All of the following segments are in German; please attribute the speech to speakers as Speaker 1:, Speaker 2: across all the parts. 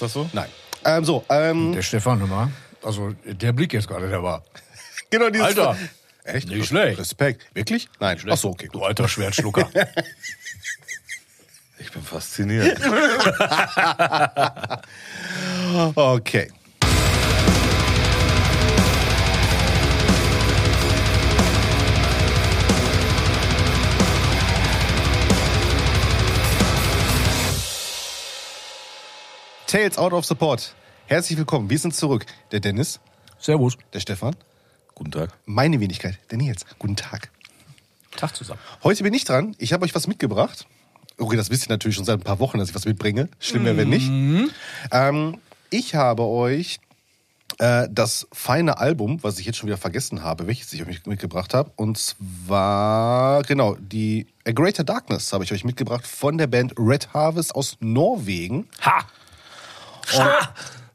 Speaker 1: das so?
Speaker 2: Nein. Ähm, so, ähm,
Speaker 3: Der Stefan, hör mal. Also, der Blick jetzt gerade, der war.
Speaker 2: genau dieses.
Speaker 3: Alter.
Speaker 2: Echt?
Speaker 3: Nicht schlecht.
Speaker 2: Respekt. Wirklich? Nein. Ach so, okay.
Speaker 3: Du alter Schwertschlucker.
Speaker 1: Ich bin fasziniert.
Speaker 2: Okay. Tales out of support. Herzlich willkommen. Wir sind zurück. Der Dennis,
Speaker 3: Servus.
Speaker 2: der Stefan,
Speaker 1: Guten Tag.
Speaker 2: meine Wenigkeit, der Nils. Guten Tag.
Speaker 3: Tag zusammen.
Speaker 2: Heute bin ich dran. Ich habe euch was mitgebracht. Okay, das wisst ihr natürlich schon seit ein paar Wochen, dass ich was mitbringe. Schlimm wäre, wenn nicht.
Speaker 1: Mhm.
Speaker 2: Ähm, ich habe euch äh, das feine Album, was ich jetzt schon wieder vergessen habe, welches ich euch mitgebracht habe. Und zwar, genau, die A Greater Darkness habe ich euch mitgebracht von der Band Red Harvest aus Norwegen.
Speaker 3: Ha!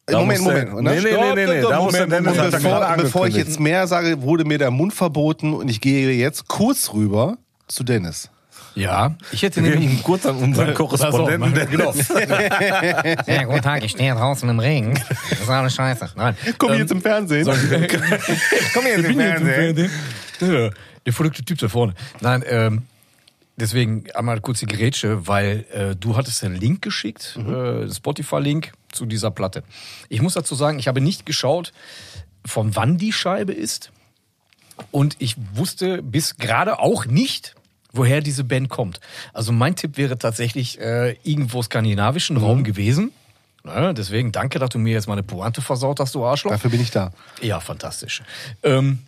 Speaker 2: Äh, Moment,
Speaker 1: muss der-
Speaker 2: Moment. ne?
Speaker 1: Nee, nee, nee, nee, nee. Da muss der
Speaker 2: Moment,
Speaker 1: Dennis
Speaker 2: Moment,
Speaker 1: hat er
Speaker 2: bevor,
Speaker 1: gerade
Speaker 2: bevor ich
Speaker 1: angekündigt.
Speaker 2: jetzt mehr sage, wurde mir der Mund verboten und ich gehe jetzt kurz rüber zu Dennis.
Speaker 3: Ja, ich hätte
Speaker 1: Wir
Speaker 3: nämlich.
Speaker 1: geben kurz an unseren Korrespondenten
Speaker 3: Pass auf,
Speaker 1: Dennis.
Speaker 4: Ja, guten Tag, ich stehe draußen im Regen. Das ist alles scheiße. Nein.
Speaker 1: Genau.
Speaker 2: Komm
Speaker 1: Ähm,
Speaker 2: jetzt im Fernsehen.
Speaker 3: Ähm, Komm hier,
Speaker 4: im
Speaker 3: Der, der verrückte Typ da vorne. Nein, ähm, deswegen einmal kurz die Gerätsche, weil äh, du hattest einen Link geschickt, äh, Spotify-Link zu dieser Platte. Ich muss dazu sagen, ich habe nicht geschaut, von wann die Scheibe ist. Und ich wusste bis gerade auch nicht, woher diese Band kommt. Also mein Tipp wäre tatsächlich äh, irgendwo skandinavischen Raum gewesen. Ne, deswegen danke, dass du mir jetzt meine Pointe versaut hast, du Arschloch.
Speaker 2: Dafür bin ich da.
Speaker 3: Ja, fantastisch. Ähm,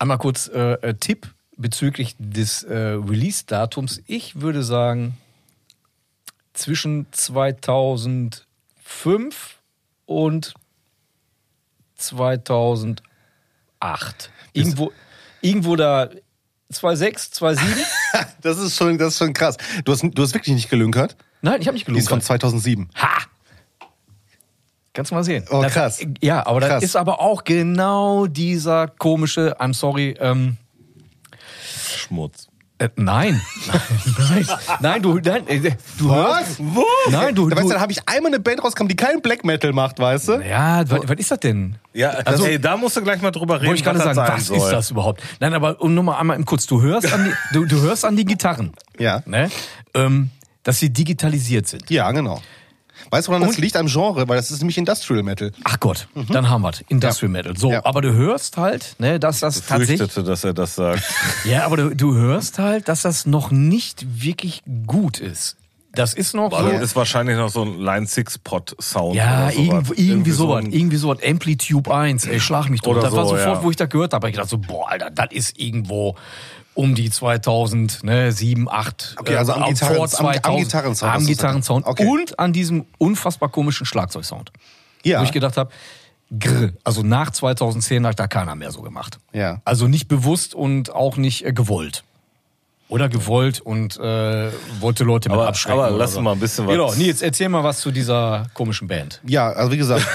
Speaker 3: einmal kurz äh, äh, Tipp bezüglich des äh, Release-Datums. Ich würde sagen, zwischen 2005 und 2008. Irgendwo, irgendwo da 2006, 2007.
Speaker 2: Das ist schon, das ist schon krass. Du hast, du hast wirklich nicht gelünkert.
Speaker 3: Nein, ich habe nicht
Speaker 2: Die ist von
Speaker 3: gelogen.
Speaker 2: 2007.
Speaker 3: Ha! Kannst du mal sehen.
Speaker 2: Oh, krass.
Speaker 3: Das, ja, aber das
Speaker 2: Krass.
Speaker 3: ist aber auch genau dieser komische, I'm sorry, ähm,
Speaker 1: Schmutz.
Speaker 3: Äh, nein. nein. Nein, du, nein, äh, du hörst.
Speaker 2: Wo?
Speaker 3: Nein, du,
Speaker 2: Da weißt du,
Speaker 3: du
Speaker 2: dann habe ich einmal eine Band rausgekommen, die keinen Black Metal macht, weißt du?
Speaker 3: ja, was, was ist das denn?
Speaker 1: Ja, also,
Speaker 3: also,
Speaker 1: ey, da musst du gleich mal drüber reden,
Speaker 3: wollte ich gerade sagen,
Speaker 1: sein
Speaker 3: was ist das überhaupt? Nein, aber um nur mal einmal im Kurz, du hörst an die, du, du hörst an die Gitarren,
Speaker 2: Ja.
Speaker 3: ne? ähm, dass sie digitalisiert sind.
Speaker 2: Ja, genau. Weißt du, woran das liegt am Genre? Weil das ist nämlich Industrial Metal.
Speaker 3: Ach Gott, dann haben wir's. Industrial Metal. So,
Speaker 2: Ja.
Speaker 3: aber du hörst halt, ne, dass das tatsächlich
Speaker 1: Fürchtete, dass er das sagt.
Speaker 3: Ja, aber du, du hörst halt, dass das noch nicht wirklich gut ist. Das ist noch
Speaker 1: Also
Speaker 3: so,
Speaker 1: ist wahrscheinlich noch so ein Line-Six-Pot-Sound.
Speaker 3: Ja,
Speaker 1: oder sowas.
Speaker 3: irgendwo, irgendwie, sowas.
Speaker 1: ein-
Speaker 3: irgendwie sowas. Amplitude 1, ey, schlag mich drüber.
Speaker 1: Oder
Speaker 3: Das war
Speaker 1: so,
Speaker 3: sofort,
Speaker 1: ja.
Speaker 3: wo ich das gehört habe. Ich dachte so, boah, Alter, das ist irgendwo um die 2000, ne, 7, 8.
Speaker 2: Okay, also am Gitarren- am- am Gitarrensound,
Speaker 3: Am
Speaker 2: das ist
Speaker 3: Gitarrensound.
Speaker 2: das. Okay.
Speaker 3: Und an diesem unfassbar komischen Schlagzeugsound.
Speaker 2: Ja.
Speaker 3: Wo ich gedacht habe, grr, also nach 2010 hat da keiner mehr so gemacht.
Speaker 2: Ja.
Speaker 3: Also nicht bewusst und auch nicht äh, gewollt. Oder gewollt und äh, wollte Leute mit
Speaker 1: Aber-
Speaker 3: abschrecken.
Speaker 1: aber
Speaker 3: oder
Speaker 1: lass
Speaker 3: so.
Speaker 1: mal ein bisschen was-
Speaker 3: Genau, Nils, erzähl mal was zu dieser komischen Band.
Speaker 2: Ja, also wie gesagt,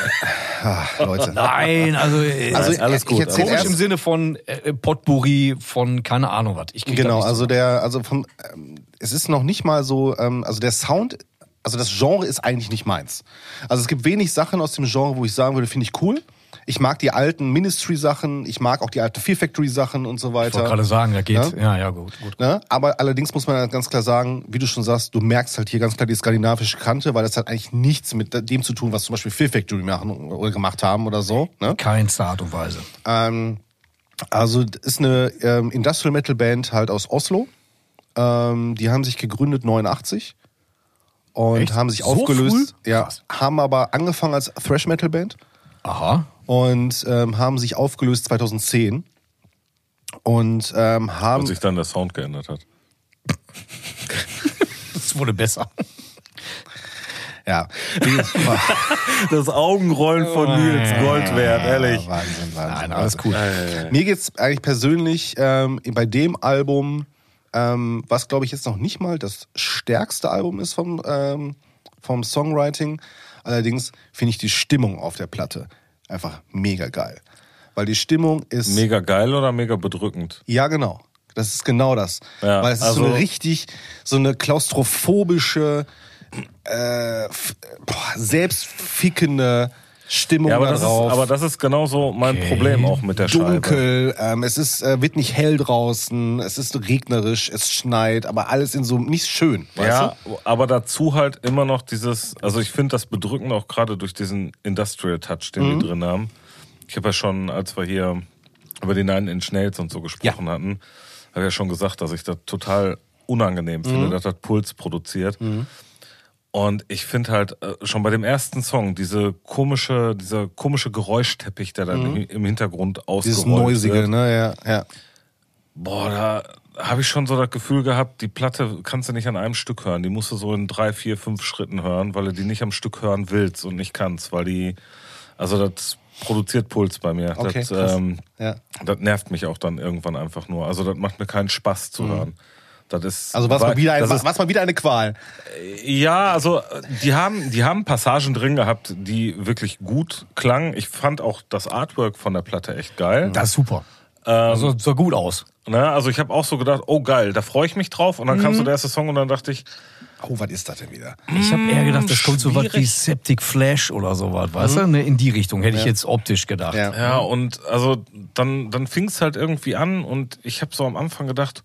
Speaker 2: ah, Leute.
Speaker 3: Nein, also, äh,
Speaker 2: Also
Speaker 1: Nein, alles
Speaker 2: ich
Speaker 1: gut,
Speaker 2: erzähl
Speaker 1: alles
Speaker 3: komisch
Speaker 2: erst,
Speaker 3: im Sinne von äh, Potpourri, von keine Ahnung was. Ich krieg das
Speaker 2: Genau,
Speaker 3: nicht
Speaker 2: also der, also vom, ähm, es ist noch nicht mal so, ähm, also der Sound, also das Genre ist eigentlich nicht meins. Also es gibt wenig Sachen aus dem Genre, wo ich sagen würde, finde ich cool. Ich mag die alten Ministry-Sachen, ich mag auch die alten Fear Factory-Sachen und so weiter.
Speaker 3: Ich wollte gerade sagen, da geht.
Speaker 2: Ne?
Speaker 3: Ja, ja, gut, gut.
Speaker 2: Ne? Aber allerdings muss man halt ganz klar sagen, wie du schon sagst, du merkst halt hier ganz klar die skandinavische Kante, weil das hat eigentlich nichts mit dem zu tun, was zum Beispiel Fear Factory machen oder gemacht haben oder so. Ne?
Speaker 3: Keinster Art und Weise.
Speaker 2: Ähm, also das ist eine ähm, Industrial Metal Band halt aus Oslo. Ähm, die haben sich gegründet 89 und
Speaker 3: Echt?
Speaker 2: haben sich
Speaker 3: So
Speaker 2: aufgelöst.
Speaker 3: früh?
Speaker 2: Ja,
Speaker 3: Krass.
Speaker 2: haben aber angefangen als Thrash Metal Band
Speaker 3: Aha.
Speaker 2: und ähm, haben sich aufgelöst 2010 und ähm, haben
Speaker 1: Und sich dann der Sound geändert hat.
Speaker 3: Das wurde besser.
Speaker 2: ja Wie-
Speaker 1: Das Augenrollen
Speaker 4: Oh,
Speaker 1: von Nils Gold wert, ehrlich.
Speaker 2: Wahnsinn, Wahnsinn.
Speaker 3: Nein, alles cool.
Speaker 2: Mir geht's eigentlich persönlich ähm, bei dem Album, ähm, was glaube ich jetzt noch nicht mal das stärkste Album ist vom, ähm, vom Songwriting. Allerdings finde ich die Stimmung auf der Platte einfach mega geil. Weil die Stimmung ist.
Speaker 1: Mega geil oder mega bedrückend?
Speaker 2: ja, genau. Das ist genau das.
Speaker 1: Ja,
Speaker 2: Weil es ist so
Speaker 1: also-
Speaker 2: eine richtig, so eine klaustrophobische, äh, f- boah, selbstfickende Stimmung
Speaker 1: Ja, aber das, ist,
Speaker 2: darauf.
Speaker 1: aber das ist genau so mein Problem auch mit der Scheibe.
Speaker 2: dunkel, ähm, es ist, äh, wird nicht hell draußen, es ist regnerisch, es schneit, aber alles in so nicht schön, weißt
Speaker 1: Ja,
Speaker 2: du?
Speaker 1: aber dazu halt immer noch dieses, also ich finde das bedrückend auch gerade durch diesen Industrial Touch, den
Speaker 2: Mhm.
Speaker 1: die drin haben. Ich habe ja schon, als wir hier über die Nine Inch Nails und so gesprochen hatten, habe ich ja schon gesagt, dass ich das total unangenehm finde,
Speaker 2: Mhm.
Speaker 1: dass das Puls produziert. Und ich finde halt äh, schon bei dem ersten Song diese komische, dieser komische Geräuschteppich, der dann im- im Hintergrund
Speaker 2: Mhm. Dieses
Speaker 1: ausgerollt wird.
Speaker 2: Noisige, ne? Ja, ja.
Speaker 1: Boah, da habe ich schon so das Gefühl gehabt, die Platte kannst du nicht an einem Stück hören. Die musst du so in drei, vier, fünf Schritten hören, weil du die nicht am Stück hören willst und nicht kannst, weil die, also das produziert Puls bei mir.
Speaker 2: Okay,
Speaker 1: das,
Speaker 2: krass.
Speaker 1: ähm,
Speaker 2: Ja.
Speaker 1: das nervt mich auch dann irgendwann einfach nur. Also das macht mir keinen Spaß zu hören. Das ist,
Speaker 2: Mhm. Also was
Speaker 1: weil-
Speaker 2: mal wieder ein,
Speaker 1: das ist
Speaker 2: was mal wieder eine Qual.
Speaker 1: ja, also äh, die haben, die haben Passagen drin gehabt, die wirklich gut klangen. Ich fand auch das Artwork von der Platte echt
Speaker 2: Mhm.
Speaker 1: geil.
Speaker 3: Das ist super.
Speaker 1: Ähm,
Speaker 3: also, sah gut aus.
Speaker 1: Ne? Also ich habe auch so gedacht, oh geil, da freue ich mich drauf. Und dann kam so der erste Song und dann dachte ich,
Speaker 2: Oh, was ist das denn wieder?
Speaker 3: Ich habe eher gedacht, das kommt so was wie
Speaker 1: schwierig.
Speaker 3: Septic Flash oder sowas, weißt du? Ne, in die Richtung hätte ich jetzt optisch gedacht.
Speaker 2: Mhm. Ja.
Speaker 1: ja, und also dann, dann fing es halt irgendwie an und ich habe so am Anfang gedacht,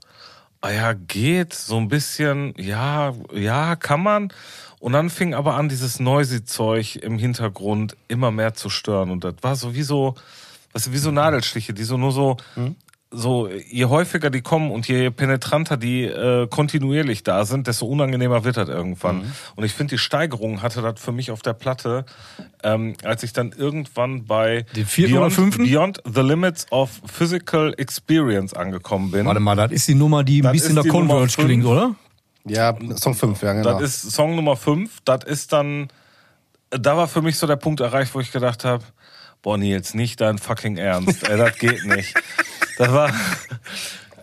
Speaker 1: ah ja, geht so ein bisschen, ja, ja, kann man. Und dann fing aber an, dieses Noisy-Zeug im Hintergrund immer mehr zu stören. Und das war so wie so, weißt du, wie so Nadelstiche, die so nur so, so, je häufiger die kommen und je penetranter die äh, kontinuierlich da sind, desto unangenehmer wird das irgendwann. Und ich finde, die Steigerung hatte das für mich auf der Platte, ähm, als ich dann irgendwann bei
Speaker 3: Den vierten
Speaker 1: Beyond,
Speaker 3: oder fünften?
Speaker 1: Beyond the Limits of Physical Experience angekommen bin.
Speaker 3: Warte mal, das ist die Nummer, die ein
Speaker 1: Das
Speaker 3: bisschen
Speaker 1: ist
Speaker 3: nach
Speaker 1: die Nummer
Speaker 3: Converge
Speaker 1: fünf.
Speaker 3: klingt, oder?
Speaker 2: Ja, Song 5, ja, genau.
Speaker 1: Das ist Song Nummer 5. Das ist dann, da war für mich so der Punkt erreicht, wo ich gedacht habe, boah Nils, nicht dein fucking Ernst. Ey, das geht nicht. Das war,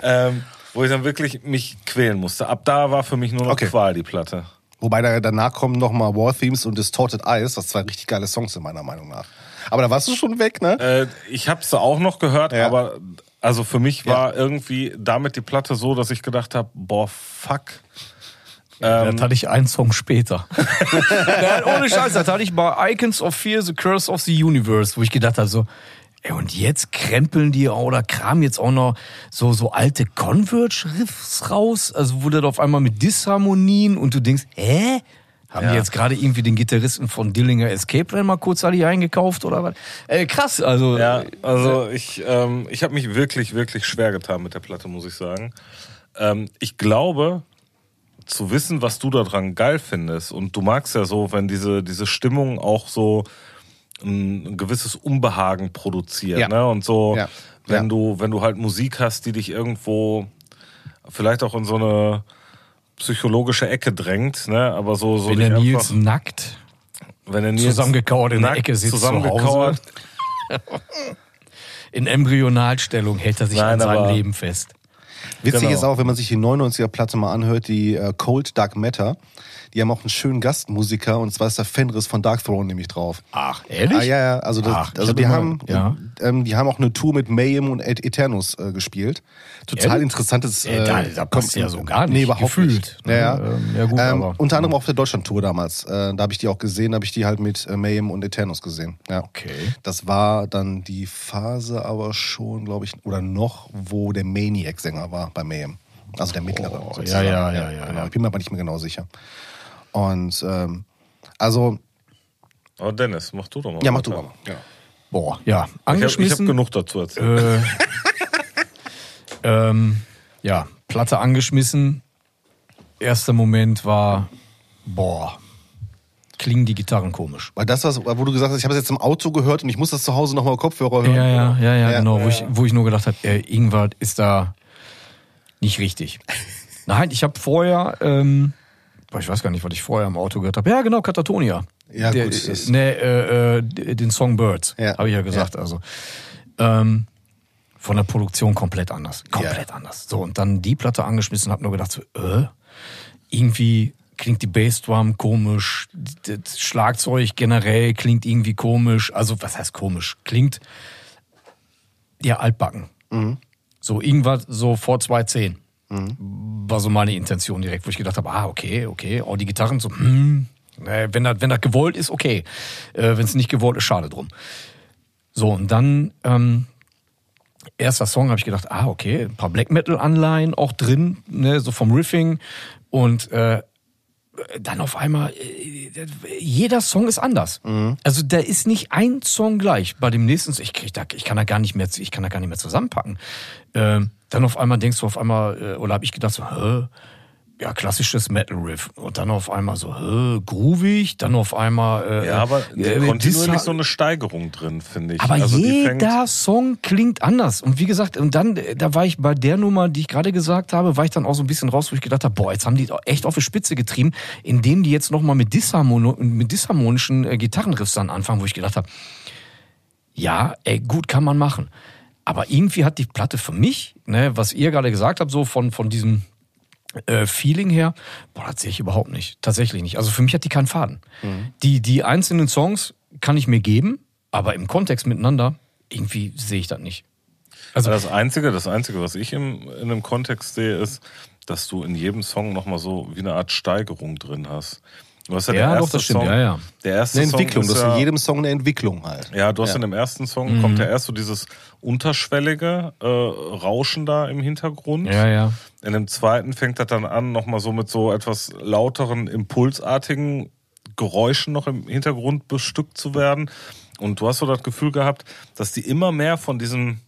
Speaker 1: ähm, wo ich dann wirklich mich quälen musste. Ab da war für mich nur noch
Speaker 2: Okay.
Speaker 1: Qual die Platte.
Speaker 2: Wobei da, danach kommen nochmal War Themes und Distorted Eyes, was zwei richtig geile Songs sind, meiner Meinung nach. Aber da warst du schon weg, ne?
Speaker 1: Äh, ich habe es auch noch gehört,
Speaker 2: Ja.
Speaker 1: aber also für mich war irgendwie damit die Platte so, dass ich gedacht habe, boah fuck.
Speaker 3: das hatte ich einen Song später. Nein, Ähm, ohne Scheiß, das hatte ich bei Icons of Fear, The Curse of the Universe, wo ich gedacht habe, so, ey, und jetzt krempeln die oder kramen jetzt auch noch so, so alte Converge-Riffs raus, also wo das auf einmal mit Disharmonien und du denkst, hä? Haben die jetzt gerade irgendwie den Gitarristen von Dillinger Escape Plan mal kurzzeitig eingekauft oder was? Äh, krass, also.
Speaker 1: Ja, also ich, ähm, ich habe mich wirklich, wirklich schwer getan mit der Platte, muss ich sagen. Ähm, ich glaube, zu wissen, was du daran geil findest, und du magst ja so, wenn diese, diese Stimmung auch so ein, ein gewisses Unbehagen produziert,
Speaker 2: Ja.
Speaker 1: ne? Und so,
Speaker 2: Ja.
Speaker 1: wenn
Speaker 2: Ja.
Speaker 1: du, wenn du halt Musik hast, die dich irgendwo vielleicht auch in so eine psychologische Ecke drängt, ne? Aber so, so
Speaker 3: Wenn
Speaker 1: dich
Speaker 3: der Nils
Speaker 1: einfach-
Speaker 3: nackt
Speaker 1: wenn der Nils
Speaker 3: zusammengekauert in der
Speaker 1: nackt
Speaker 3: Ecke sitzt zu
Speaker 1: zusammengekauert,
Speaker 3: Hause. in Embryonalstellung hält er sich
Speaker 1: Nein,
Speaker 3: an seinem
Speaker 1: aber-
Speaker 3: Leben fest.
Speaker 2: Witzig
Speaker 1: genau.
Speaker 2: ist auch, wenn man sich die 99er-Platte mal anhört, die äh, Cold Dark Matter, die haben auch einen schönen Gastmusiker und zwar ist der Fenris von Dark Throne nämlich drauf.
Speaker 3: Ach, ehrlich?
Speaker 2: Ah, ja, ja, also, das,
Speaker 3: Ach, ich
Speaker 2: also
Speaker 3: hab
Speaker 2: die,
Speaker 3: immer-
Speaker 2: haben,
Speaker 3: ja.
Speaker 2: ähm, die haben auch eine Tour mit Mayhem und Et- Eternus äh, gespielt. Total
Speaker 3: Ehrlich?
Speaker 2: interessantes.
Speaker 3: Äh, da- da passt ja so gar nicht,
Speaker 2: Nee, überhaupt
Speaker 3: gefühlt,
Speaker 2: nicht.
Speaker 3: ne?
Speaker 2: Ja, ja.
Speaker 3: Ähm, ja, gut,
Speaker 2: ähm,
Speaker 3: aber-
Speaker 2: unter anderem auf der Deutschland-Tour damals. Äh, da habe ich die auch gesehen, da habe ich die halt mit äh, Mayhem und Eternus gesehen. Ja.
Speaker 3: Okay.
Speaker 2: Das war dann die Phase aber schon, glaube ich, oder noch, wo der Maniac-Sänger war bei Mayhem. Also der mittlere.
Speaker 3: Oh, ja,
Speaker 2: sozusagen.
Speaker 3: ja, ja, ja,
Speaker 2: genau.
Speaker 3: ja.
Speaker 2: Ich bin mir aber nicht mehr genau sicher. Und ähm, also,
Speaker 1: Aber Oh, Dennis, mach du doch mal.
Speaker 2: ja, mach du
Speaker 1: weiter.
Speaker 2: mal. Genau.
Speaker 3: Boah, ja.
Speaker 1: Ich habe hab
Speaker 3: Angeschmissen.
Speaker 1: genug dazu erzählt.
Speaker 3: äh, ähm, ja, Platte angeschmissen. Erster Moment war, boah, klingen die Gitarren komisch.
Speaker 2: Weil das, was, wo du gesagt hast, ich habe es jetzt im Auto gehört und ich muss das zu Hause nochmal Kopfhörer hören.
Speaker 3: Ja, ja, ja, ja,
Speaker 2: Ja,
Speaker 3: genau. Wo, ich, wo ich nur gedacht habe, äh, irgendwas ist da nicht richtig. Nein, ich habe vorher, ähm, boah, ich weiß gar nicht, was ich vorher im Auto gehört habe. Ja, genau, Katatonia.
Speaker 2: Ja,
Speaker 3: Der,
Speaker 2: gut, das-
Speaker 3: äh, nee, äh, äh, d- den Song Birds,
Speaker 2: Ja.
Speaker 3: habe ich ja gesagt. Also ähm, Von der Produktion komplett anders. Komplett
Speaker 2: Ja.
Speaker 3: anders. So, und dann die Platte angeschmissen und habe nur gedacht, so, äh, irgendwie klingt die Bassdrum komisch, das Schlagzeug generell klingt irgendwie komisch. Also, was heißt komisch? Klingt ja altbacken. So irgendwas so vor 2010. War so meine Intention direkt, wo ich gedacht habe, ah, okay, okay. Oh, die Gitarren so, hm. Äh, Wenn das, wenn das gewollt ist, okay. Äh, wenn es nicht gewollt ist, schade drum. So, und dann ähm, erster Song habe ich gedacht, ah, okay, ein paar Black Metal-Anleihen auch drin, ne, so vom Riffing. Und äh, dann auf einmal, äh, jeder Song ist anders.
Speaker 1: Mhm.
Speaker 3: Also da ist nicht ein Song gleich. Bei dem nächsten, ich, krieg da, ich kann da gar nicht mehr, ich kann da gar nicht mehr zusammenpacken. Ähm, dann auf einmal denkst du auf einmal, äh, oder habe ich gedacht, so, hä? Ja, klassisches Metal-Riff. Und dann auf einmal so, hä, groovig, dann auf einmal. Äh,
Speaker 1: Ja, aber
Speaker 3: äh, Dissa-
Speaker 1: kontinuierlich so eine Steigerung drin, finde ich.
Speaker 3: aber
Speaker 1: also die fängt,
Speaker 3: jeder Song klingt anders. Und wie gesagt, und dann, äh, da war ich bei der Nummer, die ich gerade gesagt habe, war ich dann auch so ein bisschen raus, wo ich gedacht habe, boah, jetzt haben die echt auf die Spitze getrieben, indem die jetzt nochmal mit, Disharmon mit disharmonischen äh, Gitarrenriffs dann anfangen, wo ich gedacht habe, ja, ey, gut kann man machen. Aber irgendwie hat die Platte für mich, ne, was ihr gerade gesagt habt, so von, von diesem äh, Feeling her, boah, das sehe ich überhaupt nicht. Tatsächlich nicht. Also für mich hat die keinen Faden. Die, die einzelnen Songs kann ich mir geben, aber im Kontext miteinander, irgendwie sehe ich das nicht. Also,
Speaker 1: das Einzige, das Einzige, was ich im, in einem Kontext sehe, ist, dass du in jedem Song nochmal so wie eine Art Steigerung drin hast. Du hast ja,
Speaker 3: Ja,
Speaker 1: der
Speaker 3: doch,
Speaker 1: erste
Speaker 3: das stimmt,
Speaker 1: Song,
Speaker 3: ja, ja.
Speaker 1: Der erste
Speaker 2: Eine Entwicklung,
Speaker 1: Song
Speaker 2: das
Speaker 1: ist
Speaker 2: ist
Speaker 1: ja,
Speaker 2: in jedem Song eine Entwicklung halt.
Speaker 1: Ja, du hast in dem ersten Song, kommt
Speaker 3: Mhm.
Speaker 1: ja erst so dieses unterschwellige äh, Rauschen da im Hintergrund.
Speaker 3: ja, ja.
Speaker 1: In dem zweiten fängt das dann an, nochmal so mit so etwas lauteren, impulsartigen Geräuschen noch im Hintergrund bestückt zu werden. Und du hast so das Gefühl gehabt, dass die immer mehr von diesem,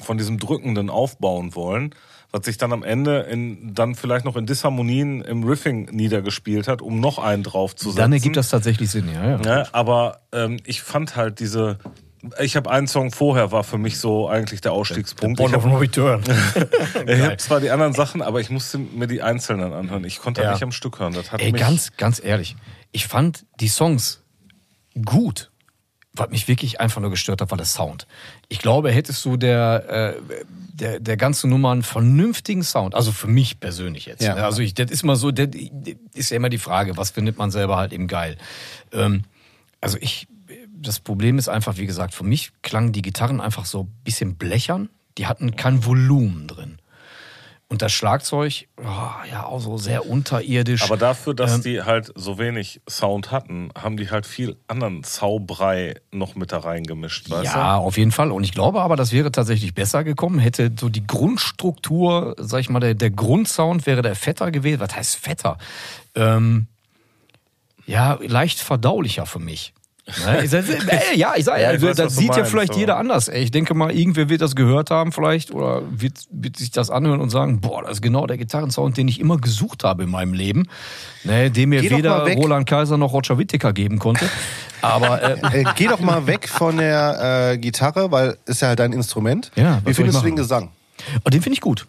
Speaker 1: von diesem Drückenden aufbauen wollen, was sich dann am Ende in, dann vielleicht noch in Disharmonien im Riffing niedergespielt hat, um noch einen draufzusetzen.
Speaker 3: Dann ergibt das tatsächlich Sinn, ja, ja.
Speaker 1: Ne? Aber ähm, ich fand halt diese. Ich habe einen Song vorher, war für mich so eigentlich der Ausstiegspunkt. Ich hab-
Speaker 3: no Return.
Speaker 1: ich habe zwar die anderen Sachen, aber ich musste mir die einzelnen anhören. Ich konnte
Speaker 3: Ja.
Speaker 1: nicht am Stück hören. Das hat
Speaker 3: Ey,
Speaker 1: mich
Speaker 3: ganz, ganz ehrlich, ich fand die Songs gut. Was mich wirklich einfach nur gestört hat, war der Sound. Ich glaube, hättest du der, äh, der, der ganzen Nummer einen vernünftigen Sound, also für mich persönlich jetzt.
Speaker 2: Ja.
Speaker 3: Ne? Also ich, das ist immer so, das ist ja immer die Frage, was findet man selber halt eben geil. Ähm, also ich, das Problem ist einfach, wie gesagt, für mich klangen die Gitarren einfach so ein bisschen blechern. Die hatten kein Volumen drin. Und das Schlagzeug, oh, ja, auch so sehr unterirdisch.
Speaker 1: aber dafür,
Speaker 3: Ähm.
Speaker 1: dass die halt so wenig Sound hatten, haben die halt viel anderen Zaubrei noch mit da reingemischt. Weißt
Speaker 3: Ja, auf jeden Fall. Und ich glaube aber, das wäre tatsächlich besser gekommen. Hätte so die Grundstruktur, sag ich mal, der, der Grundsound wäre der fetter gewesen. Was heißt fetter? Ähm, ja, leicht verdaulicher für mich. Ne? Ich sag, äh, ja, ich sag,
Speaker 1: Ja,
Speaker 3: ja,
Speaker 1: ich weiß,
Speaker 3: das
Speaker 1: was du
Speaker 3: sieht ja
Speaker 1: meinst,
Speaker 3: vielleicht
Speaker 1: so.
Speaker 3: jeder anders. Ey. Ich denke mal, irgendwer wird das gehört haben vielleicht oder wird, wird sich das anhören und sagen, boah, das ist genau der Gitarrensound, den ich immer gesucht habe in meinem Leben. Ne, den mir
Speaker 2: Geh doch
Speaker 3: weder
Speaker 2: mal weg.
Speaker 3: Roland Kaiser noch Roger Whittaker geben konnte. Aber äh,
Speaker 2: Äh, geh doch mal weg von der äh, Gitarre, weil ist ja halt dein Instrument.
Speaker 3: Ja, was
Speaker 2: Wie
Speaker 3: soll ich
Speaker 2: findest du
Speaker 3: machen?
Speaker 2: den Gesang?
Speaker 3: Oh, den finde ich gut.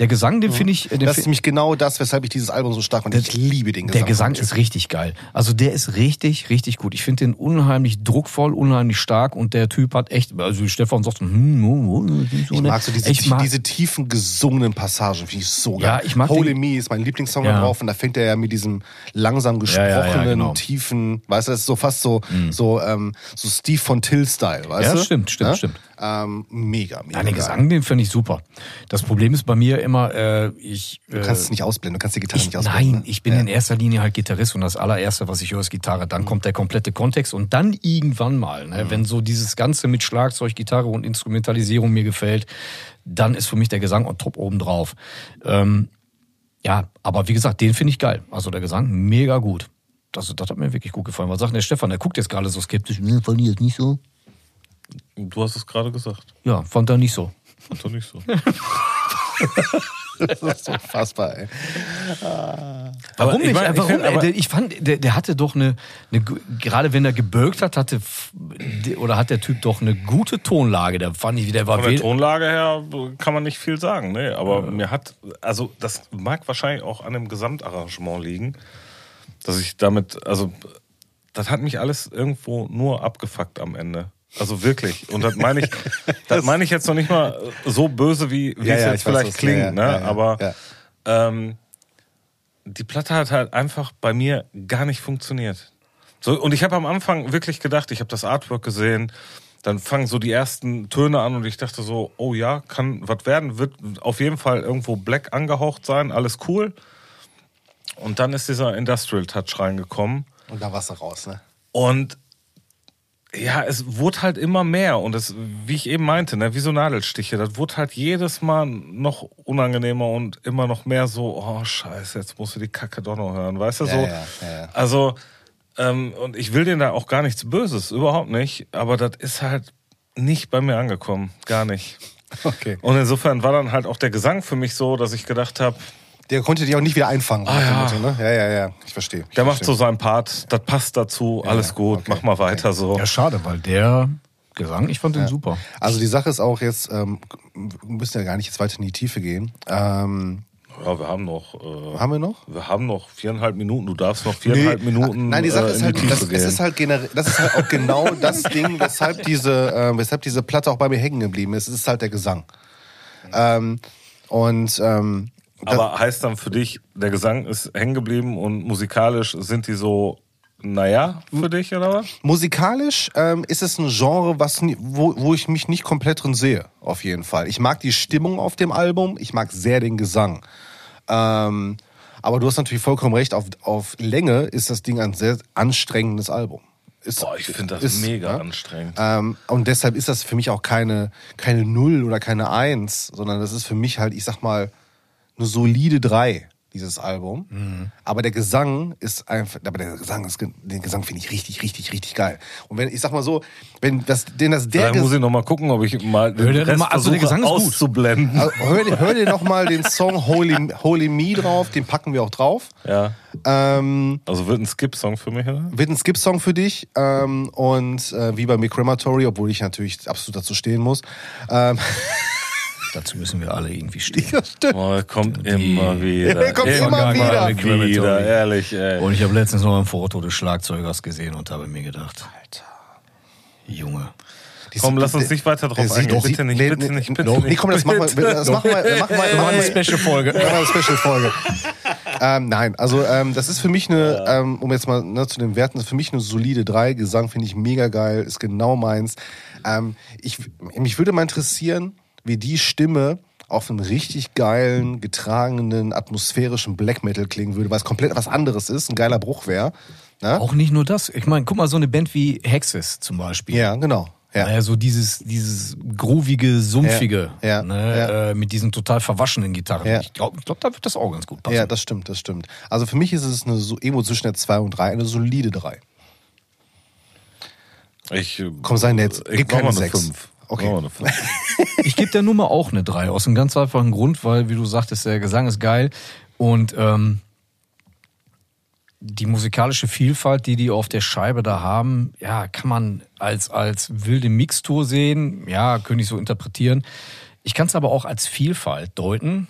Speaker 3: Der Gesang, den finde ich. äh, Den
Speaker 2: Das ist
Speaker 3: fi
Speaker 2: nämlich genau das, weshalb ich dieses Album so stark fand. Ich liebe den Gesang.
Speaker 3: der Gesang ist richtig geil. Also der ist richtig, richtig gut. Ich finde den unheimlich druckvoll, unheimlich stark und der Typ hat echt, also Stefan sagt, so, hm, oh, oh, so
Speaker 2: Ich
Speaker 3: ne-
Speaker 2: mag so diese,
Speaker 3: ich mag,
Speaker 2: diese tiefen gesungenen Passagen, finde ich so
Speaker 3: Ja,
Speaker 2: geil.
Speaker 3: ich mag
Speaker 2: Holy
Speaker 3: den-
Speaker 2: Me ist mein Lieblingssong
Speaker 3: Ja.
Speaker 2: da drauf und da fängt er ja mit diesem langsam
Speaker 3: ja, ja,
Speaker 2: gesprochenen,
Speaker 3: genau. Mhm.
Speaker 2: tiefen, weißt du, das ist so fast so, so, ähm, so Steve von Till-Style, weißt
Speaker 3: Ja,
Speaker 2: du?
Speaker 3: stimmt, stimmt, stimmt.
Speaker 2: Ähm, mega,
Speaker 3: Ja,
Speaker 2: mega.
Speaker 3: den
Speaker 2: geil.
Speaker 3: Gesang, den finde ich super. Das Problem ist bei mir immer, äh, ich. Äh,
Speaker 2: Du kannst es nicht ausblenden, du kannst die Gitarre
Speaker 3: ich,
Speaker 2: nicht ausblenden.
Speaker 3: Ähm, nein,
Speaker 2: ne?
Speaker 3: ich bin in erster Linie halt Gitarrist und das allererste, was ich höre, ist Gitarre. Dann kommt der komplette Kontext und dann irgendwann mal, ne, wenn so dieses Ganze mit Schlagzeug, Gitarre und Instrumentalisierung mir gefällt, dann ist für mich der Gesang on top obendrauf. Ähm, ja, aber wie gesagt, den finde ich geil. Also der Gesang mega gut. Also das hat mir wirklich gut gefallen. Was sagt denn der Stefan? Der guckt jetzt gerade so skeptisch. Hm, Fand ich jetzt nicht so?
Speaker 1: du? Du hast es gerade gesagt.
Speaker 3: Ja, fand er nicht so.
Speaker 1: Und doch nicht so.
Speaker 2: Das ist so fassbar, ey.
Speaker 3: Warum
Speaker 1: ich
Speaker 3: nicht?
Speaker 1: mein, ich
Speaker 3: Warum?
Speaker 1: find aber-
Speaker 3: der, ich fand, der, der hatte doch eine, eine, gu- gerade wenn er gebögt hat, hatte f- de- oder hat der Typ doch eine gute Tonlage. Da fand ich, der war
Speaker 1: Von der
Speaker 3: we-
Speaker 1: Tonlage her kann man nicht viel sagen, ne? Aber mir hat, also das mag wahrscheinlich auch an dem Gesamtarrangement liegen, dass ich damit, also das hat mich alles irgendwo nur abgefuckt am Ende. Also wirklich. Und das meine ich, das meine ich jetzt noch nicht mal so böse, wie, wie
Speaker 2: Ja,
Speaker 1: es
Speaker 2: ja,
Speaker 1: jetzt
Speaker 2: ich weiß,
Speaker 1: vielleicht
Speaker 2: was du- ja,
Speaker 1: klingt,
Speaker 2: ja,
Speaker 1: ne?
Speaker 2: ja, ja,
Speaker 1: Aber
Speaker 2: ja.
Speaker 1: Ähm, die Platte hat halt einfach bei mir gar nicht funktioniert. So, und ich habe am Anfang wirklich gedacht, ich habe das Artwork gesehen, dann fangen so die ersten Töne an und ich dachte so, oh ja, kann was werden, wird auf jeden Fall irgendwo black angehaucht sein, alles cool. Und dann ist dieser Industrial Touch reingekommen
Speaker 2: Und da warst du raus, ne?
Speaker 1: und ja, es wurde halt immer mehr und es, wie ich eben meinte, ne, wie so Nadelstiche, das wurde halt jedes Mal noch unangenehmer und immer noch mehr so, oh scheiße, jetzt musst du die Kacke doch noch hören, weißt du, so.
Speaker 2: ja, ja, ja.
Speaker 1: Also, ähm, und ich will denen da auch gar nichts Böses, überhaupt nicht, aber das ist halt nicht bei mir angekommen, gar nicht.
Speaker 2: Okay.
Speaker 1: Und insofern war dann halt auch der Gesang für mich so, dass ich gedacht habe,
Speaker 2: Der konnte dich auch nicht wieder einfangen.
Speaker 3: Ah,
Speaker 2: nach dem
Speaker 1: ja.
Speaker 2: Motto, ne? ja, ja, ja. Ich verstehe.
Speaker 1: der macht so seinen Part, das passt dazu, alles gut, mach mal weiter so.
Speaker 3: Ja, schade, weil der Gesang, ich fand den super.
Speaker 2: Also die Sache ist auch jetzt, ähm, wir müssen ja gar nicht jetzt weiter in die Tiefe gehen. Ähm,
Speaker 1: Ja, wir haben noch. Äh,
Speaker 2: Haben wir noch?
Speaker 1: Wir haben noch viereinhalb Minuten. Du darfst noch viereinhalb Minuten.
Speaker 2: Nein, die Sache
Speaker 1: äh,
Speaker 2: ist
Speaker 1: in
Speaker 2: halt,
Speaker 1: die
Speaker 2: das,
Speaker 1: Tiefe
Speaker 2: es
Speaker 1: gehen.
Speaker 2: ist halt genere- das ist halt auch genau das Ding, weshalb diese, äh, weshalb diese Platte auch bei mir hängen geblieben ist. Es ist halt der Gesang.
Speaker 1: Mhm.
Speaker 2: Ähm, und ähm, das,
Speaker 1: Aber heißt dann für dich, der Gesang ist hängen geblieben und musikalisch sind die so, naja, für dich oder was?
Speaker 2: musikalisch ähm, ist es ein Genre, was, nie- wo, wo ich mich nicht komplett drin sehe, auf jeden Fall. Ich mag die Stimmung auf dem Album, ich mag sehr den Gesang. Ähm, aber du hast natürlich vollkommen recht, auf, auf Länge ist das Ding ein sehr anstrengendes Album. Ist,
Speaker 1: Boah, ich finde das
Speaker 2: ist,
Speaker 1: mega
Speaker 2: ne?
Speaker 1: anstrengend.
Speaker 2: Ähm, und deshalb ist das für mich auch keine, keine Null oder keine Eins, sondern das ist für mich halt, ich sag mal, eine solide Drei, dieses Album. Aber der Gesang ist einfach, aber der Gesang ist, ge- den Gesang finde ich richtig, richtig, richtig geil. Und wenn, ich sag mal so, wenn das, denn das der
Speaker 1: Dann muss
Speaker 2: Gesang,
Speaker 1: ich nochmal gucken, ob ich mal den
Speaker 3: Hör dir noch
Speaker 1: Rest
Speaker 3: mal- also der
Speaker 1: versuche
Speaker 3: Gesang ist gut.
Speaker 1: auszublenden.
Speaker 2: also, hör, dir- hör dir nochmal den Song Holy, Holy Me drauf, den packen wir auch drauf.
Speaker 1: Ja,
Speaker 2: Ähm,
Speaker 1: also wird ein Skip-Song für mich, oder?
Speaker 2: wird ein Skip-Song für dich ähm, und äh, wie bei mir Crematory, obwohl ich natürlich absolut dazu stehen muss. Ähm,
Speaker 3: Dazu müssen wir alle irgendwie stehen.
Speaker 2: das stimmt.
Speaker 1: Boah, kommt immer wieder.
Speaker 2: Der kommt immer wieder.
Speaker 1: wieder, ehrlich, ey.
Speaker 3: Und ich habe letztens noch ein Foto des Schlagzeugers gesehen und habe mir gedacht, Alter, Junge.
Speaker 1: Komm, lass uns nicht weiter drauf
Speaker 2: Der sieht-
Speaker 1: eingehen.
Speaker 2: sieht-
Speaker 1: Bitte nicht,
Speaker 2: nee,
Speaker 1: bitte
Speaker 2: nee,
Speaker 1: nicht, bitte
Speaker 2: nee,
Speaker 1: nicht.
Speaker 2: Nee, komm, das machen wir. Das machen wir. Das machen wir. Das machen wir.
Speaker 3: Special-Folge.
Speaker 2: Das machen wir eine Special-Folge. ähm, nein, also ähm, das ist für mich eine, ähm, um jetzt mal ne, zu den Werten, das ist für mich eine solide 3. Gesang finde ich mega geil, ist genau meins. Ähm, ich, mich würde mal interessieren, wie die Stimme auf einen richtig geilen, getragenen, atmosphärischen Black Metal klingen würde, weil es komplett was anderes ist, ein geiler Bruch wäre. Ne?
Speaker 3: Auch nicht nur das. Ich meine, guck mal, so eine Band wie Hexes zum Beispiel.
Speaker 2: Ja, genau. Ja.
Speaker 3: Naja, so dieses, dieses groovige, sumpfige,
Speaker 2: Ja, ja,
Speaker 3: ne,
Speaker 2: ja.
Speaker 3: Äh, mit diesen total verwaschenen Gitarren.
Speaker 2: Ja.
Speaker 3: Ich glaube, glaub, da wird das auch ganz gut passen.
Speaker 2: Ja, das stimmt, das stimmt. Also für mich ist es eine so irgendwo zwischen der 2 und 3, eine solide 3.
Speaker 1: Ich, äh,
Speaker 2: Komm, sei nett.
Speaker 1: Ich
Speaker 2: Gib
Speaker 1: mach
Speaker 2: keine
Speaker 1: mal eine
Speaker 2: Sechs.
Speaker 1: fünf.
Speaker 2: Okay.
Speaker 1: Mach mal eine fünf.
Speaker 3: Ich gebe der Nummer auch eine 3, aus einem ganz einfachen Grund, weil, wie du sagtest, der Gesang ist geil und ähm, die musikalische Vielfalt, die die auf der Scheibe da haben, ja, kann man als, als wilde Mixtur sehen, ja, könnte ich so interpretieren. Ich kann es aber auch als Vielfalt deuten.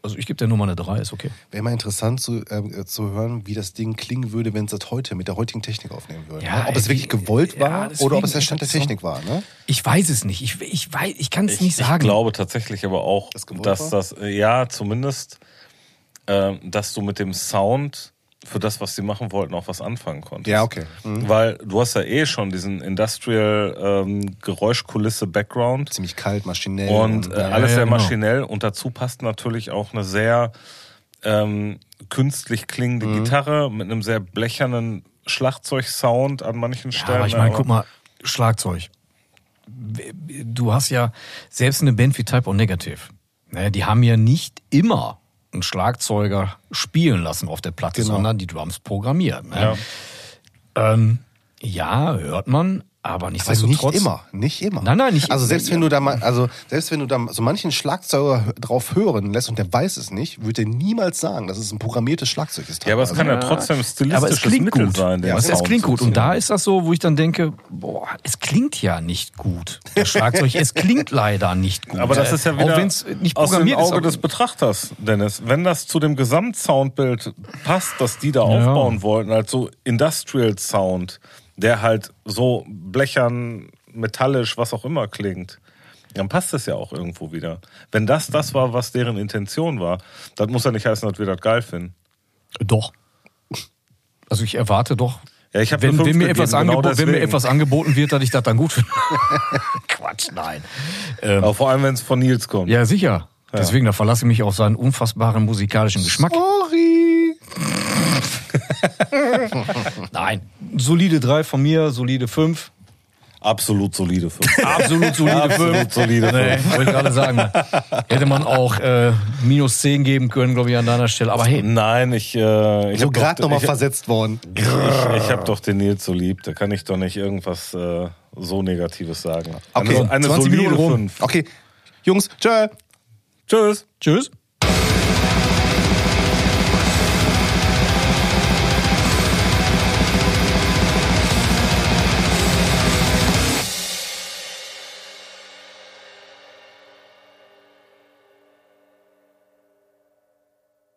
Speaker 3: Also ich gebe der Nummer eine 3, ist okay.
Speaker 2: Wäre mal interessant zu, ähm, äh, zu hören, wie das Ding klingen würde, wenn es das heute mit der heutigen Technik aufnehmen würde.
Speaker 3: Ja,
Speaker 2: ne? Ob es
Speaker 3: ey,
Speaker 2: wirklich gewollt
Speaker 3: ja,
Speaker 2: war
Speaker 3: deswegen
Speaker 2: oder ob es der
Speaker 3: ist
Speaker 2: Stand der
Speaker 3: das so.
Speaker 2: Technik war. Ne?
Speaker 3: Ich weiß es nicht, ich, ich, weiß- ich kann es
Speaker 1: Ich-
Speaker 3: nicht sagen.
Speaker 1: Ich glaube tatsächlich aber auch,
Speaker 2: Das gewollt
Speaker 1: dass
Speaker 2: war?
Speaker 1: das, äh, ja, zumindest, ähm, dass du mit dem Sound für das, was sie machen wollten, auch was anfangen konntest.
Speaker 2: Ja, okay.
Speaker 3: Mhm.
Speaker 1: Weil du hast ja eh schon diesen Industrial ähm, Geräuschkulisse Background
Speaker 2: Ziemlich kalt, maschinell.
Speaker 1: und äh, alles
Speaker 3: ja,
Speaker 1: sehr
Speaker 3: genau.
Speaker 1: maschinell und dazu passt natürlich auch eine sehr ähm, künstlich klingende
Speaker 3: Mhm.
Speaker 1: Gitarre mit einem sehr blechernen Schlagzeugsound an manchen
Speaker 3: Ja,
Speaker 1: Stellen.
Speaker 3: aber ich meine,
Speaker 1: Aber-
Speaker 3: guck mal, Schlagzeug. Du hast ja selbst eine Band wie Type O Negative. Ne, die haben ja nicht immer einen Schlagzeuger spielen lassen auf der Platte,
Speaker 2: Genau.
Speaker 3: sondern die Drums programmiert.
Speaker 1: Ja.
Speaker 3: Ne? Ja. Ähm, ja, hört man, aber
Speaker 2: also nicht
Speaker 3: nichtsdestotrotz.
Speaker 2: immer, nicht immer.
Speaker 3: Nein, nein, nicht
Speaker 2: Also
Speaker 3: immer.
Speaker 2: selbst wenn du da mal, also selbst wenn du da so manchen Schlagzeuger drauf hören lässt und der weiß es nicht, würde er niemals sagen, dass es ein programmiertes Schlagzeug ist.
Speaker 1: ja, aber es kann ja trotzdem
Speaker 3: Aber es
Speaker 1: stilistisches
Speaker 3: klingt
Speaker 1: Mittel
Speaker 3: gut.
Speaker 1: sein. den
Speaker 3: ja, es, es
Speaker 1: Sound
Speaker 3: klingt
Speaker 1: zu
Speaker 3: gut. Und
Speaker 1: ziehen.
Speaker 3: da ist das so, wo ich dann denke, boah, es klingt ja nicht gut. Das Schlagzeug, es klingt leider nicht gut. Äh,
Speaker 1: Aber das ist ja wieder
Speaker 3: auch wenn's nicht
Speaker 1: aus dem
Speaker 3: programmiert
Speaker 1: Auge
Speaker 3: ist.
Speaker 1: des Betrachters, Dennis. Wenn das zu dem Gesamtsoundbild passt, das die da aufbauen wollten, als so Industrial Sound, der halt so blechern, metallisch, was auch immer klingt, dann passt es ja auch irgendwo wieder. Wenn das das war, was deren Intention war, dann muss ja nicht heißen, dass wir das geil finden.
Speaker 3: Doch. Also ich erwarte doch
Speaker 1: Ja, ich habe
Speaker 3: Wenn,
Speaker 1: eine
Speaker 3: wenn,
Speaker 1: 5
Speaker 3: mir etwas
Speaker 1: gegeben, genau
Speaker 3: angebo- wenn mir
Speaker 1: deswegen.
Speaker 3: etwas angeboten wird, dass ich das dann gut finde. Quatsch, nein. Ähm,
Speaker 1: Aber vor allem, wenn es von Nils kommt.
Speaker 3: ja, sicher. Deswegen, da verlasse ich mich auf seinen unfassbaren musikalischen Geschmack.
Speaker 2: Sorry.
Speaker 3: Nein. Solide drei von mir, solide fünf.
Speaker 1: Absolut solide 5.
Speaker 3: Absolut solide
Speaker 1: Absolut
Speaker 3: fünf.
Speaker 1: solide
Speaker 3: Nee,
Speaker 1: fünf.
Speaker 3: wollte ich gerade sagen. Hätte man auch äh, minus 10 geben können, glaube ich, an deiner Stelle. Aber hey,
Speaker 1: Nein, ich. Äh, ich
Speaker 2: So
Speaker 1: hab doch-
Speaker 2: Also gerade nochmal
Speaker 1: ich-
Speaker 2: versetzt worden.
Speaker 1: Ich, ich habe doch den Nils so lieb, da kann ich doch nicht irgendwas äh, so Negatives sagen.
Speaker 2: Okay,
Speaker 1: eine, eine
Speaker 3: 20
Speaker 1: solide
Speaker 3: Minuten rum.
Speaker 1: fünf.
Speaker 2: Okay. Jungs, tschö.
Speaker 1: Tschüss.
Speaker 3: tschüss.